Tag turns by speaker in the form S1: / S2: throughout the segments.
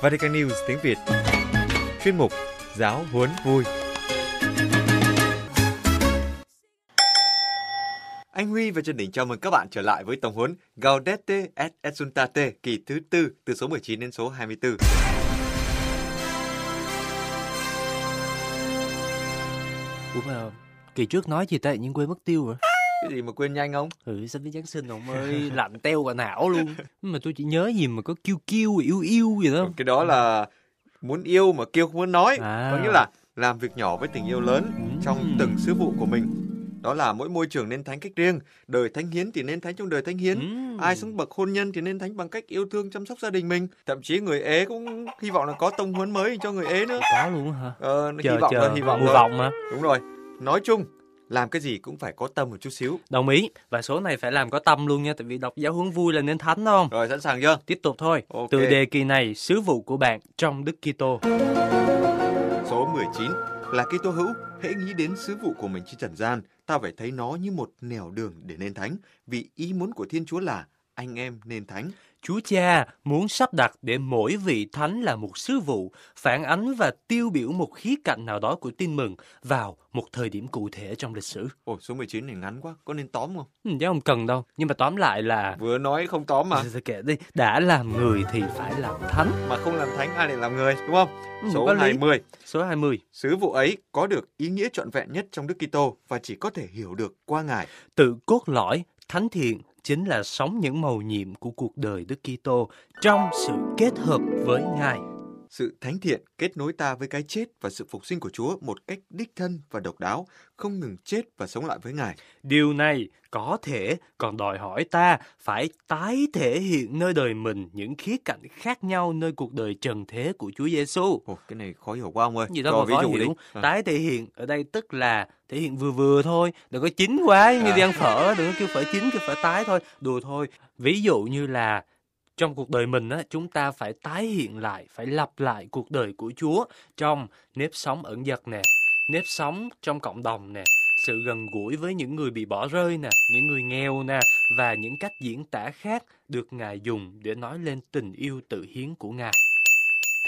S1: Vatican News tiếng Việt. Chuyên mục Giáo huấn vui. Anh Huy và Trần Đình chào mừng các bạn trở lại với tổng huấn Gaudete et Exultate kỳ thứ tư từ số 19 đến số 24.
S2: Ủa mà kỳ trước nói gì ta nhưng quên mất tiêu rồi.
S1: Cái gì mà quên nhanh không?
S2: Ừ, sắp đến Giáng sinh ông ơi, lạnh teo và não luôn. Nhưng Mà tôi chỉ nhớ gì mà có kêu kêu, yêu yêu gì đó.
S1: Cái đó là muốn yêu mà kêu không muốn nói.
S2: À. Ừ.
S1: Có nghĩa là làm việc nhỏ với tình yêu lớn trong từng sứ vụ của mình. Đó là mỗi môi trường nên thánh cách riêng, đời thánh hiến thì nên thánh trong đời thánh hiến.
S2: Ừm.
S1: Ai sống bậc hôn nhân thì nên thánh bằng cách yêu thương chăm sóc gia đình mình. Thậm chí người ế cũng hy vọng là có tông huấn mới cho người ế nữa.
S2: Có luôn á hả?
S1: Ờ, hy
S2: Chờ
S1: vọng
S2: chờ,
S1: thôi, hy vọng
S2: mùa
S1: thôi.
S2: vọng mà.
S1: Đúng rồi. Nói chung, làm cái gì cũng phải có tâm một chút xíu.
S2: Đồng ý. Và số này phải làm có tâm luôn nha, tại vì đọc giáo hướng vui là nên thánh đó không?
S1: Rồi sẵn sàng chưa?
S2: Tiếp tục thôi.
S1: Ok.
S2: Từ đề kỳ này, sứ vụ của bạn trong Đức Kitô.
S1: Số 19 là Kitô hữu, hãy nghĩ đến sứ vụ của mình trên trần gian, ta phải thấy nó như một nẻo đường để nên thánh, vì ý muốn của Thiên Chúa là anh em nên thánh.
S2: Chúa Cha muốn sắp đặt để mỗi vị thánh là một sứ vụ, phản ánh và tiêu biểu một khía cạnh nào đó của tin mừng vào một thời điểm cụ thể trong lịch sử.
S1: Ồ, số 19 này ngắn quá, có nên tóm không?
S2: Ừ, Chứ không cần đâu. Nhưng mà tóm lại là
S1: Vừa nói không tóm mà,
S2: Thôi, thôi kệ đi, đã làm người thì phải làm thánh.
S1: mà không làm thánh ai lại làm người, đúng không?
S2: Ừ,
S1: Số
S2: có lý.
S1: 20,
S2: Số 20.
S1: sứ vụ ấy có được ý nghĩa trọn vẹn nhất trong Đức Kitô và chỉ có thể hiểu được qua Ngài.
S2: Tự cốt lõi, thánh thiện chính là sống những màu nhiệm của cuộc đời Đức Kitô trong sự kết hợp với Ngài.
S1: Sự thánh thiện kết nối ta với cái chết và sự phục sinh của Chúa một cách đích thân và độc đáo, không ngừng chết và sống lại với Ngài.
S2: Điều này có thể còn đòi hỏi ta phải tái thể hiện nơi đời mình những khía cạnh khác nhau nơi cuộc đời trần thế của Chúa Giêsu.
S1: Ồ, cái này khó hiểu quá ông ơi.
S2: Gì
S1: Cho
S2: đó
S1: ví
S2: mà khó
S1: dụ đi.
S2: hiểu.
S1: Ờ.
S2: Tái thể hiện ở đây tức là thể hiện vừa vừa thôi, đừng có chín quá như
S1: À.
S2: đi ăn phở, đừng có kêu phở chín, kêu phở tái thôi, đùa thôi. Ví dụ như là trong cuộc đời mình á, chúng ta phải tái hiện lại, phải lặp lại cuộc đời của Chúa trong nếp sống ẩn dật nè, nếp sống trong cộng đồng nè, sự gần gũi với những người bị bỏ rơi nè, những người nghèo nè và những cách diễn tả khác được Ngài dùng để nói lên tình yêu tự hiến của Ngài.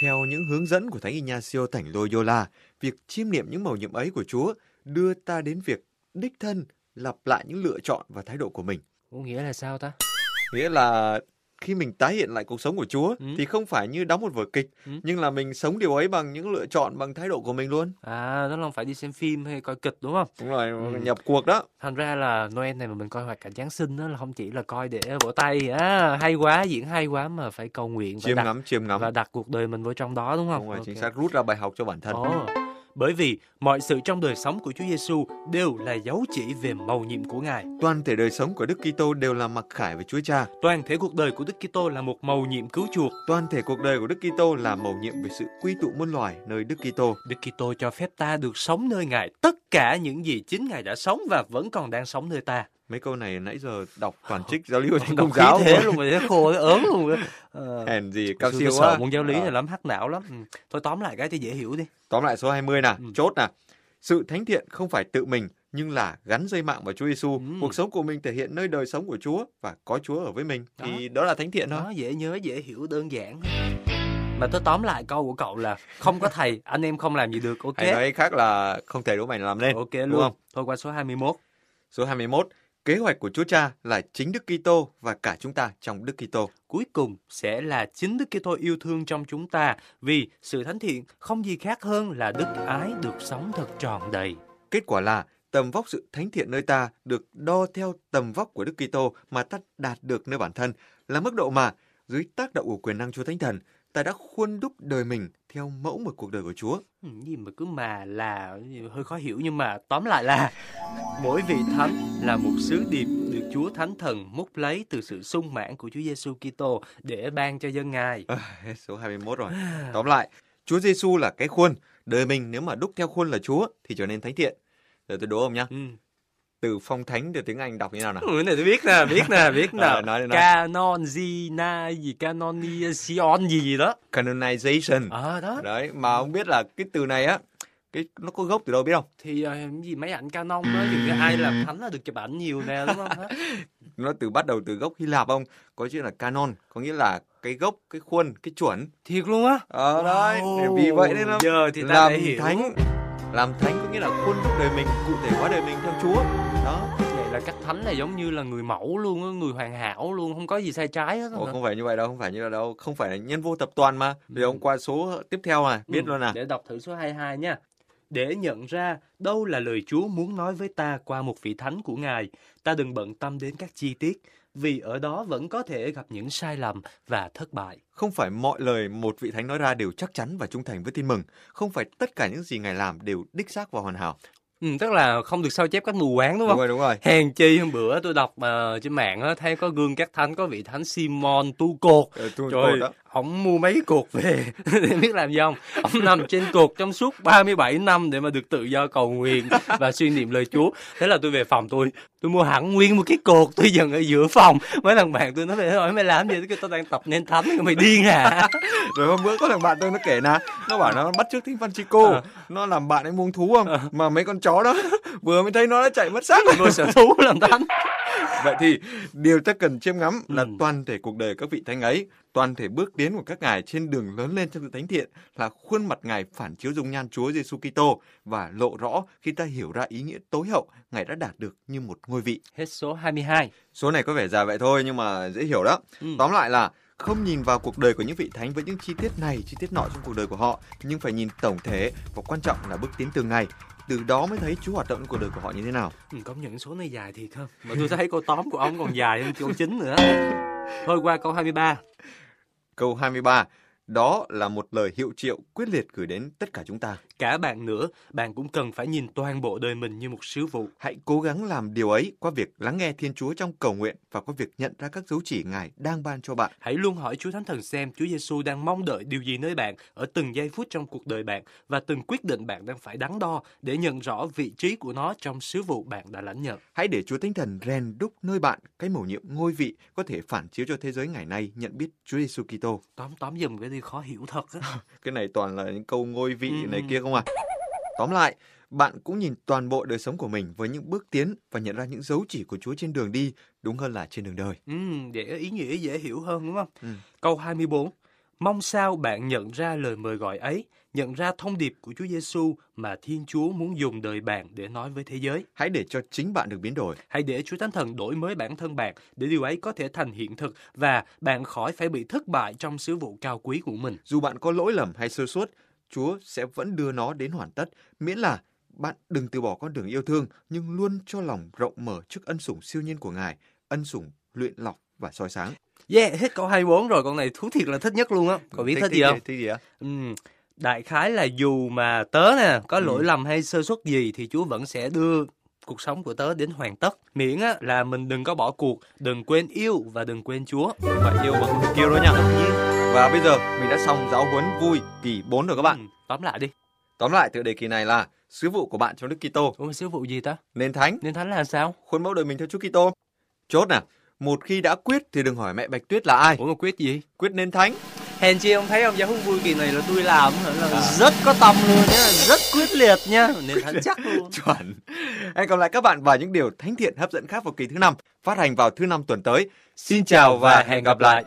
S1: Theo những hướng dẫn của Thánh Ignacio Thánh Loyola, việc chiêm niệm những mầu nhiệm ấy của Chúa đưa ta đến việc đích thân lặp lại những lựa chọn và thái độ của mình.
S2: Có nghĩa là sao ta?
S1: Nghĩa là khi mình tái hiện lại cuộc sống của Chúa
S2: Ừ.
S1: thì không phải như đóng một vở kịch,
S2: Ừ.
S1: nhưng là mình sống điều ấy bằng những lựa chọn, bằng thái độ của mình luôn.
S2: À, nó không phải đi xem phim hay coi kịch đúng không?
S1: Đúng rồi,
S2: Ừ.
S1: nhập cuộc đó.
S2: Thành ra là Noel này mà mình coi hoạt cảnh Giáng sinh đó là không chỉ là coi để vỗ tay à, hay quá, diễn hay quá mà phải cầu nguyện và
S1: Chiêm
S2: đặt,
S1: ngắm, chiêm ngắm.
S2: và đặt cuộc đời mình vô trong đó đúng không?
S1: Đúng rồi, chính
S2: Ok.
S1: xác rút ra bài học cho bản thân.
S2: Ồ, bởi vì mọi sự trong đời sống của Chúa Giêsu đều là dấu chỉ về mầu nhiệm của Ngài.
S1: Toàn thể đời sống của Đức Kitô đều là mặc khải với Chúa Cha.
S2: Toàn thể cuộc đời của Đức Kitô là một mầu nhiệm cứu chuộc.
S1: Toàn thể cuộc đời của Đức Kitô là mầu nhiệm về sự quy tụ muôn loài nơi Đức Kitô.
S2: Đức Kitô cho phép ta được sống nơi Ngài tất cả những gì chính Ngài đã sống và vẫn còn đang sống nơi ta.
S1: Mấy câu này nãy giờ đọc toàn trích giáo lý của thánh
S2: Đọc
S1: công
S2: khí
S1: giáo
S2: thế luôn rồi, thế khô, thế ớn luôn rồi. Ờ.
S1: Hèn gì cao
S2: Tôi-
S1: siêu
S2: tôi
S1: quá.
S2: sợ môn giáo lý
S1: Ờ,
S2: này lắm hắc não lắm ừ. thôi tóm lại cái cho dễ hiểu đi
S1: Tóm lại số 20 nè,
S2: Ừ.
S1: chốt nè. Sự thánh thiện không phải tự mình nhưng là gắn dây mạng vào Chúa Giêsu.
S2: Ừ.
S1: Cuộc sống của mình thể hiện nơi đời sống của Chúa và có Chúa ở với mình thì đó là thánh thiện thôi.
S2: nó dễ nhớ dễ hiểu đơn giản mà tôi tóm lại câu của cậu là không có thầy anh em không làm gì được ok
S1: Hay nói khác là không thể đủ mày làm nên.
S2: ok
S1: đúng
S2: luôn
S1: không?
S2: thôi qua số 21
S1: Số 21, kế hoạch của Chúa Cha là chính Đức Kitô và cả chúng ta trong Đức Kitô.
S2: cuối cùng sẽ là chính Đức Kitô yêu thương trong chúng ta vì sự thánh thiện không gì khác hơn là đức ái được sống thật tròn đầy
S1: Kết quả là tầm vóc sự thánh thiện nơi ta được đo theo tầm vóc của Đức Kitô mà ta đạt được nơi bản thân là mức độ mà dưới tác động của quyền năng Chúa Thánh Thần ta đã khuôn đúc đời mình theo mẫu một cuộc đời của Chúa.
S2: Ừ, gì mà cứ mà là hơi khó hiểu nhưng mà tóm lại là mỗi vị thánh là một sứ điệp được Chúa Thánh Thần múc lấy từ sự sung mãn của Chúa Giêsu Kitô để ban cho dân Ngài.
S1: À, hết số 21 rồi.
S2: À.
S1: Tóm lại, Chúa Giêsu là cái khuôn, đời mình nếu mà đúc theo khuôn là Chúa thì trở nên thánh thiện. Giờ tôi đố ông nhá.
S2: Ừ.
S1: Từ phong thánh từ tiếng Anh đọc như nào nào?
S2: Ừ, cái này tôi biết nè, biết nè, biết nè.
S1: Ờ, nói đi, nói.
S2: Canon gì na gì canonization gì gì đó.
S1: Canonization.
S2: Ờ đó.
S1: Đấy, mà ông biết là cái từ này á, cái nó có gốc từ đâu biết không?
S2: Thì ờ, cái gì mấy ảnh canon đó thì cái ai làm thánh là được chụp ảnh nhiều nè đúng không?
S1: nó từ bắt đầu từ gốc Hy Lạp ông có chữ là canon có nghĩa là cái cái gốc, cái khuôn, cái chuẩn.
S2: Thiệt luôn á.
S1: Ờ đấy, để vì
S2: Wow,
S1: vậy nên là
S2: giờ thì ta
S1: làm
S2: đã hiểu.
S1: thánh. Làm thánh có nghĩa là khuôn đúc đời mình, cụ thể hóa đời mình theo Chúa. Đó,
S2: Vậy là các thánh là giống như là người mẫu luôn á, người hoàn hảo luôn, không có gì sai trái hết. á.
S1: Ủa, không phải như vậy đâu, không phải như vậy đâu, không phải là nhân vô tập toàn mà. Vì
S2: Ừ.
S1: ông qua số tiếp theo này, biết
S2: Ừ,
S1: luôn à.
S2: Để đọc thử số 22 nha. Để nhận ra đâu là lời Chúa muốn nói với ta qua một vị thánh của Ngài, ta đừng bận tâm đến các chi tiết, vì ở đó vẫn có thể gặp những sai lầm và thất bại.
S1: Không phải mọi lời một vị thánh nói ra đều chắc chắn và trung thành với tin mừng. Không phải tất cả những gì ngài làm đều đích xác và hoàn hảo.
S2: Ừ, tức là không được sao chép các mù quáng đúng
S1: Đúng
S2: không?
S1: rồi, đúng rồi.
S2: Hèn chi hôm bữa tôi đọc ờ, trên mạng á, thấy có gương các thánh có vị thánh Simon tu cột
S1: Ờ, tôi- tôi
S2: Trời,
S1: đó.
S2: ổng mua mấy cột về để biết làm gì không? Ổng nằm trên cột trong suốt 37 năm để mà được tự do cầu nguyện và suy niệm lời Chúa. Thế là tôi về phòng tôi, tôi mua hẳn nguyên một cái cột tôi dần ở giữa phòng. Mấy thằng bạn tôi nói mày hỏi mày làm gì? Tôi kêu tao đang tập nên thánh, mày điên à?" hả?
S1: Rồi hôm bữa có thằng bạn tôi nó kể là nó bảo nó bắt chước Thánh Francisco,
S2: Ờ.
S1: nó làm bạn ấy muông thú không? Mà mấy con chó đó vừa mới thấy nó đã chạy mất xác.
S2: Tôi sở thú làm thánh.
S1: Vậy thì điều ta cần chiêm ngắm là
S2: Ừ.
S1: toàn thể cuộc đời các vị thánh ấy, toàn thể bước tiến của các ngài trên đường lớn lên trong sự thánh thiện là khuôn mặt ngài phản chiếu dung nhan Chúa Giêsu Kitô và lộ rõ khi ta hiểu ra ý nghĩa tối hậu ngài đã đạt được như một ngôi vị.
S2: Hết số 22.
S1: Số này có vẻ dài vậy thôi nhưng mà dễ hiểu đó.
S2: Ừ.
S1: Tóm lại là không nhìn vào cuộc đời của những vị thánh với những chi tiết này, chi tiết nọ trong cuộc đời của họ, nhưng phải nhìn tổng thể và quan trọng là bước tiến từng ngày. Từ đó mới thấy Chúa hoạt động trong cuộc đời của họ như thế nào.
S2: Ừ, công nhận số này dài thiệt không? Mà tôi thấy câu tóm của ông còn dài hơn câu chính nữa. Thôi qua câu 23.
S1: Câu 23, đó là một lời hiệu triệu quyết liệt gửi đến tất cả chúng ta.
S2: Cả bạn nữa, bạn cũng cần phải nhìn toàn bộ đời mình như một sứ vụ.
S1: Hãy cố gắng làm điều ấy qua việc lắng nghe Thiên Chúa trong cầu nguyện và qua việc nhận ra các dấu chỉ Ngài đang ban cho bạn.
S2: Hãy luôn hỏi Chúa Thánh Thần xem Chúa Giêsu đang mong đợi điều gì nơi bạn ở từng giây phút trong cuộc đời bạn và từng quyết định bạn đang phải đắn đo để nhận rõ vị trí của nó trong sứ vụ bạn đã lãnh nhận.
S1: Hãy để Chúa Thánh Thần rèn đúc nơi bạn cái mầu nhiệm ngôi vị có thể phản chiếu cho thế giới ngày nay nhận biết Chúa Giêsu Kitô.
S2: Tóm tóm dùm cái đi khó hiểu thật á.
S1: Cái này toàn là những câu ngôi vị
S2: Ừ,
S1: này
S2: ừ.
S1: kia không à? Tóm lại, bạn cũng nhìn toàn bộ đời sống của mình với những bước tiến và nhận ra những dấu chỉ của Chúa trên đường đi, đúng hơn là trên đường đời.
S2: Ừm, để Ừ, ý nghĩa dễ hiểu hơn đúng không?
S1: Ừ.
S2: Câu 24. Mong sao bạn nhận ra lời mời gọi ấy, nhận ra thông điệp của Chúa Giêsu mà Thiên Chúa muốn dùng đời bạn để nói với thế giới.
S1: Hãy để cho chính bạn được biến đổi.
S2: Hãy để Chúa Thánh Thần đổi mới bản thân bạn để điều ấy có thể thành hiện thực và bạn khỏi phải bị thất bại trong sứ vụ cao quý của mình.
S1: Dù bạn có lỗi lầm hay sơ suất, Chúa sẽ vẫn đưa nó đến hoàn tất, miễn là bạn đừng từ bỏ con đường yêu thương nhưng luôn cho lòng rộng mở trước ân sủng siêu nhiên của Ngài, ân sủng luyện lọc và soi sáng.
S2: Yeah, hết câu 24 rồi, con này thú thiệt là thích nhất luôn á. Cậu biết thích gì không?
S1: Thích gì ạ?
S2: Ừm, đại khái là dù mà tớ nè, có
S1: Ừ.
S2: lỗi lầm hay sơ suất gì thì Chúa vẫn sẽ đưa cuộc sống của tớ đến hoàn tất. Miễn á, là mình đừng có bỏ cuộc, đừng quên yêu và đừng quên Chúa.
S1: Bạn yêu bằng người kia đó nha. Và bây giờ mình đã xong giáo huấn vui kỳ 4 rồi các bạn.
S2: Ừm, tóm lại đi.
S1: Tóm lại tựa đề kỳ này là sứ vụ của bạn trong Đức Kitô,
S2: Ủa, sứ vụ gì ta?
S1: nên thánh,
S2: Nên Thánh là sao?
S1: khuôn mẫu đời mình theo Chúa Kitô. Chốt nè, một khi đã quyết thì đừng hỏi mẹ Bạch Tuyết là ai,
S2: Ủa mà quyết gì?
S1: quyết nên thánh.
S2: Hèn chi ông thấy ông giáo huấn vui kỳ này là tôi làm hả? là rất có tâm luôn nhá, rất quyết liệt nha, nên thắng chắc luôn.
S1: chuẩn. Hẹn gặp lại các bạn và những điều thánh thiện hấp dẫn khác vào kỳ thứ năm phát hành vào thứ năm tuần tới. Xin chào và hẹn gặp lại.